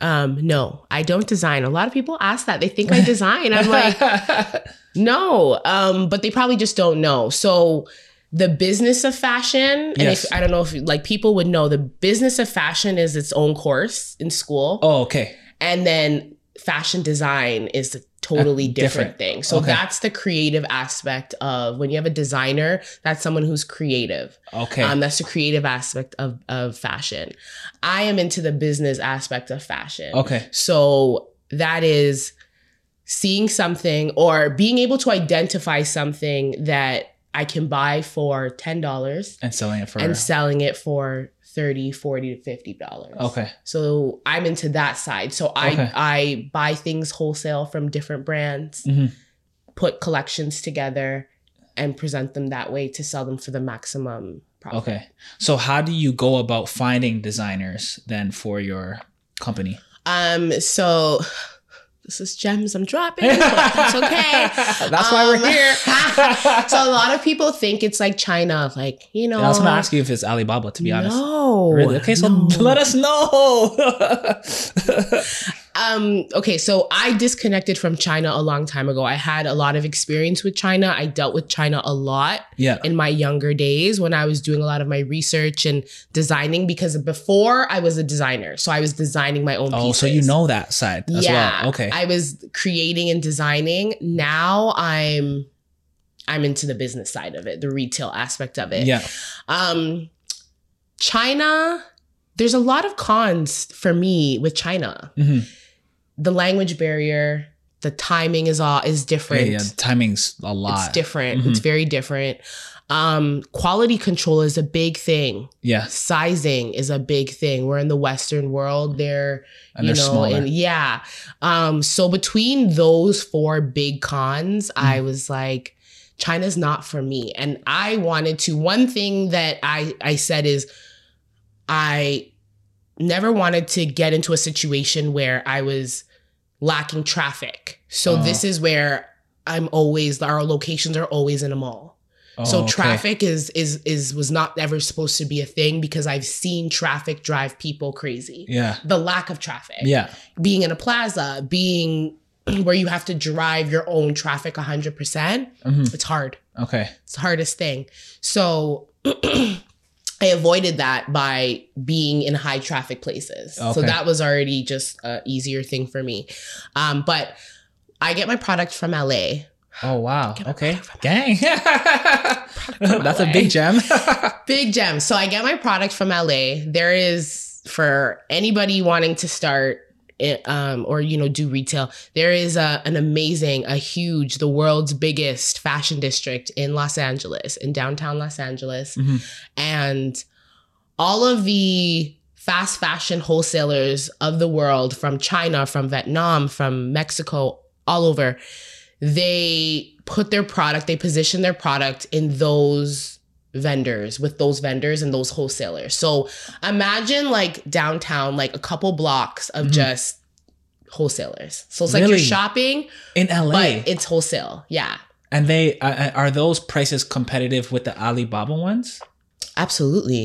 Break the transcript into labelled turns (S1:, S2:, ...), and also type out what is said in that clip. S1: Um, no, I don't design. A lot of people ask that. They think I design. I'm like, no. Um, but they probably just don't know. So the business of fashion, and
S2: Yes.
S1: if, I don't know if like people would know, the business of fashion is its own course in school.
S2: oh, okay.
S1: And then fashion design is a totally
S2: Uh,
S1: different,
S2: different.
S1: thing. So
S2: Okay.
S1: that's the creative aspect of when you have a designer, that's someone who's creative.
S2: Okay.
S1: Um, that's the creative aspect of, of fashion. I am into the business aspect of fashion.
S2: okay.
S1: So that is seeing something or being able to identify something that I can buy for $10
S2: And selling it for
S1: and selling it for 30, 40 to $50.
S2: Okay.
S1: So I'm into that side. So I
S2: Okay.
S1: I buy things wholesale from different brands,
S2: Mhm.
S1: put collections together and present them that way to sell them for the maximum profit.
S2: Okay. So how do you go about finding designers then for your company?
S1: Um so this is gems I'm dropping, but that's okay.
S2: That's why
S1: Um,
S2: we're here.
S1: so a lot of people think it's like China, like, you know.
S2: I was gonna ask you if it's Alibaba, to be honest.
S1: No.
S2: Really? Okay, so
S1: no.
S2: let us know.
S1: Um, okay, so I disconnected from China a long time ago. I had a lot of experience with China. I dealt with China a lot
S2: yeah.
S1: in my younger days when I was doing a lot of my research and designing because before I was a designer. So I was designing my own
S2: Oh, so you
S1: pieces.
S2: know that side as
S1: yeah,
S2: well. Okay.
S1: I was creating and designing. Now I'm I'm into the business side of it, the retail aspect of it.
S2: yeah.
S1: Um China, there's a lot of cons for me with China
S2: hmm
S1: the language barrier, the timing is all is
S2: yeah.
S1: different.
S2: Yeah. Timing's a lot.
S1: It's different.
S2: Mhm.
S1: It's very different. Um, quality control is a big thing.
S2: yeah.
S1: Sizing is a big thing. We're in the Western world. They're
S2: And
S1: you
S2: they're
S1: know,
S2: smaller.
S1: and yeah. Um, so between those four big cons,
S2: Mm.
S1: I was like, China's not for me. And I wanted to, one thing that I, I said is I never wanted to get into a situation where I was lacking traffic. So
S2: Oh.
S1: this is where I'm always our locations are always in a mall
S2: Oh,
S1: so
S2: okay.
S1: traffic is is is was not ever supposed to be a thing because I've seen traffic drive people crazy.
S2: Yeah.
S1: The lack of traffic,
S2: Yeah.
S1: being in a plaza, being where you have to drive your own traffic 100%,
S2: hmm
S1: it's hard.
S2: Okay.
S1: It's the hardest thing. So I avoided that by being in high traffic places. So
S2: Okay.
S1: that was already just a easier thing for me. Um, but I get my product from LA.
S2: Oh wow.
S1: Get my
S2: Okay.
S1: product from
S2: Gang.
S1: from
S2: That's a
S1: LA.
S2: big gem.
S1: Big gem. So I get my product from LA. There is for anybody wanting to start eh, um, or you know do retail. There is a, an amazing, a huge, the world's biggest fashion district in Los Angeles, in downtown Los Angeles,
S2: Mhm.
S1: and all of the fast fashion wholesalers of the world from China, from Vietnam, from Mexico, all over. They put their product, they position their product in those vendors with those vendors and those wholesalers. So imagine like downtown, like a couple blocks of
S2: Mhm.
S1: just wholesalers. So it's like you're
S2: Really?
S1: shopping,
S2: In LA.
S1: but it's wholesale. Yeah,
S2: and they uh, uh, are those prices competitive with the Alibaba ones?
S1: absolutely.